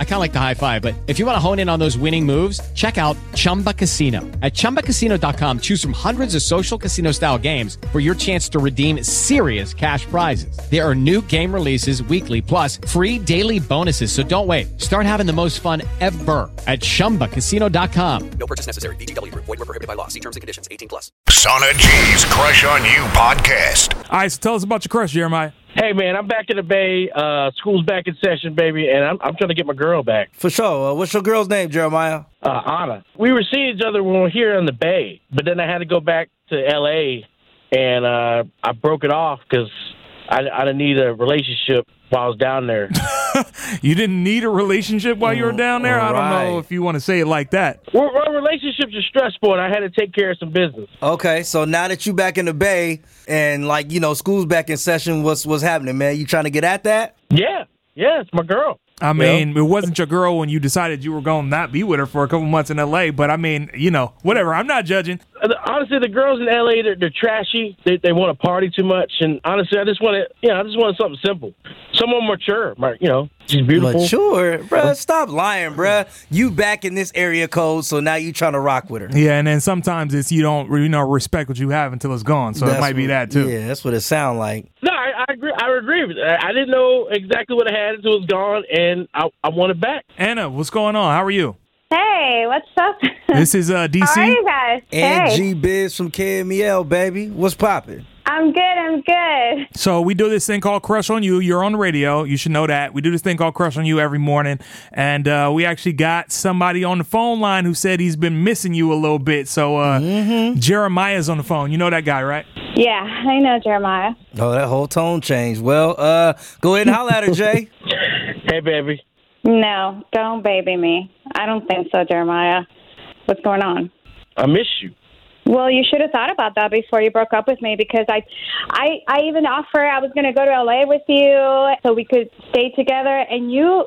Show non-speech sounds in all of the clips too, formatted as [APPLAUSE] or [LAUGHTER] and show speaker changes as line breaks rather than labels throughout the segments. I kind of like the high five, but if you want to hone in on those winning moves, check out Chumba Casino. At chumbacasino.com, choose from hundreds of social casino style games for your chance to redeem serious cash prizes. There are new game releases weekly, plus free daily bonuses. So don't wait. Start having the most fun ever at chumbacasino.com.
No purchase necessary. BGW. Void were prohibited by law. See terms and conditions. 18 plus.
Sauna G's Crush on You podcast.
All right, so tell us about your crush, Jeremiah.
Hey man, I'm back in the bay. Uh, school's back in session, baby, and I'm, I'm trying to get my girl back,
For sure. Uh, what's your girl's name, Jeremiah?
uh, Anna. We were seeing each other when we were here in the bay, but then I had to go back to L.A. and uh, I broke it off because I, I didn't need a relationship while I was down
[LAUGHS]
there.
You didn't need a relationship while you were down there. I don't know
Mm. alright.
if you want to say it like that.
Well, our relationships are stressful, and I had to take care of some business.
Okay, so now that you back in the bay and like you know school's back in session, what's what's happening, man? You trying to get at that?
Yeah, yeah, it's my girl.
I mean, it wasn't your girl when you decided you were going to not be with her for a couple months in LA, but I mean, you know, whatever. I'm not judging.
Uh, Honestly, the girls in L.A. they're, they're trashy. They, they want to party too much, and honestly, I just want to, you know, I just wanted something simple, someone mature. My, you know, she's
Oh.
beautiful.
Mature, bruh. Stop lying, bruh. You back in this area code, so now you trying to rock with her.
Yeah, and then sometimes it's you don't you know respect what you have until it's gone. So it
That's
might be
what-
that too.
Yeah, that's what it sound like.
No, I, I agree. I agree with that. I didn't know exactly what I had until it was gone, and I, I want it back.
Anna, what's going on? How are you?
Hey, what's up? [LAUGHS]
This is uh DC.
How are you guys?
And
hey,
G Biz from KMEL, baby. What's poppin'?
I'm good. I'm good.
So we do this thing called Crush on You. You're on the radio. You should know that. We do this thing called Crush on You every morning, and uh, we actually got somebody on the phone line who said he's been missing you a little bit. So uh,
Mm-hmm.
Jeremiah's on the phone. You know that guy, right?
Yeah, I know Jeremiah.
Oh, that whole tone changed. Well, uh, go ahead and holler at her,
[LAUGHS]
Jay.
Hey, baby.
No, don't baby me. I don't think so, Jeremiah. What's going on?
I miss you.
Well, you should have thought about that before you broke up with me because I, I, I even offered I was going to go to LA with you so we could stay together, and you,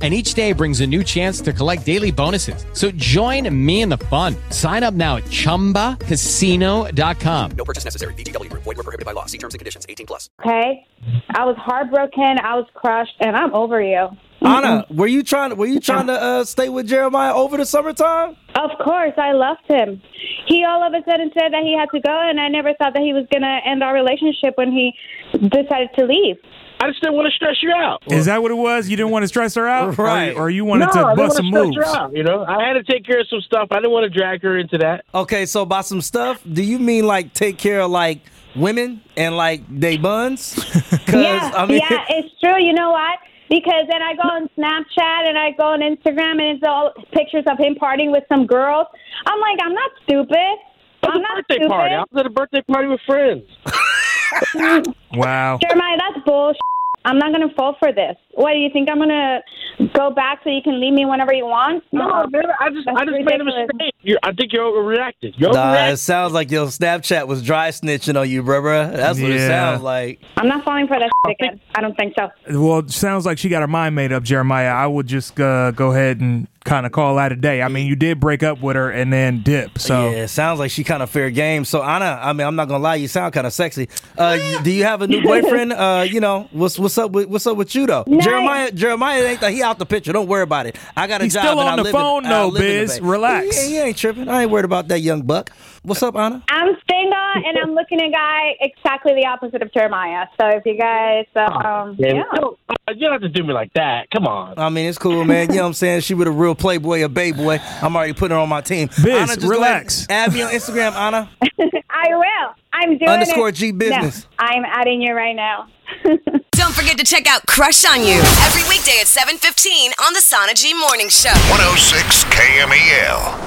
And each day brings a new chance to collect daily bonuses. So join me in the fun. Sign up now at chumbacasino.com.
No purchase necessary. BGW. Void were prohibited by law. See terms and conditions. 18 plus.
I was heartbroken. I was crushed, and I'm over you.
Anna, were you trying? Were you trying to uh, stay with Jeremiah over the summertime?
Of course, I loved him. He all of a sudden said that he had to go, and I never thought that he was going to end our relationship when he decided to leave.
I just didn't want to stress you out.
Is that what it was? You didn't want to stress her out, Or-
Right.
Or, you wanted
no, I
to
didn't want
bust
to
some
stress
moves?
her out. You know, I had to take care of some stuff. I didn't want to drag her into that.
Okay, so by some stuff, do you mean like take care of like women and like they
[LAUGHS]
buns? 'Cause,
Yeah,
I mean, [LAUGHS]
yeah, it's true. You know what? Because then I go on Snapchat and I go on Instagram, and it's all pictures of him partying with some girls. I'm like, I'm not stupid.
It's
I'm
a
not
birthday
stupid.
party. I was at a birthday party with friends.
Wow.
Jeremiah, that's bullshit. I'm not going to fall for this. What, do you think I'm going to go back so you can leave me whenever you want?
No, man, I just,
That's
I just made a
ridiculous.
mistake. You're, I think you're overreacted. You're
nah, it
overreacted.
sounds like your Snapchat was dry snitching on you, bruh, bruh. That's what
Yeah.
it sounds like.
I'm not falling for that again. I don't think so.
Well, it sounds like she got her mind made up, Jeremiah. I would just uh, go ahead and kind of call out a day. I mean, you did break up with her and then dip. So
Yeah, it sounds like she kind of fair game. So Anna, I mean, I'm not gonna lie, you sound kind of sexy. Uh, you- do you have a new boyfriend?
[LAUGHS]
Uh, you know, what's what's up with what's up with you though? Jeremiah, Jeremiah ain't he out the picture? Don't worry about it. I got a
He's
job.
still
and
on
I
the
live in-
phone,
I
though,
live in the
Biz.
Bay.
Relax.
He, he ain't tripping. I ain't worried about that young buck. What's up, Anna?
I'm single and I'm looking at a guy exactly the opposite of Jeremiah. So if you guys,
Ah,
um,
Man,
yeah.
don't- uh, you don't have to do me like that. Come on.
I mean, it's cool, man. You know what I'm saying? She with a real playboy, a bay boy. I'm already putting her on my team.
Biz,
Anna, go
relax.
ahead and Add me on Instagram, Anna.
I will. I'm doing
Underscore
it.
G business.
No, I'm adding you right now.
Don't forget to check out Crush on You
oh
every weekday at 7:15 on the Sauna G Morning Show.
E 106 KMEL.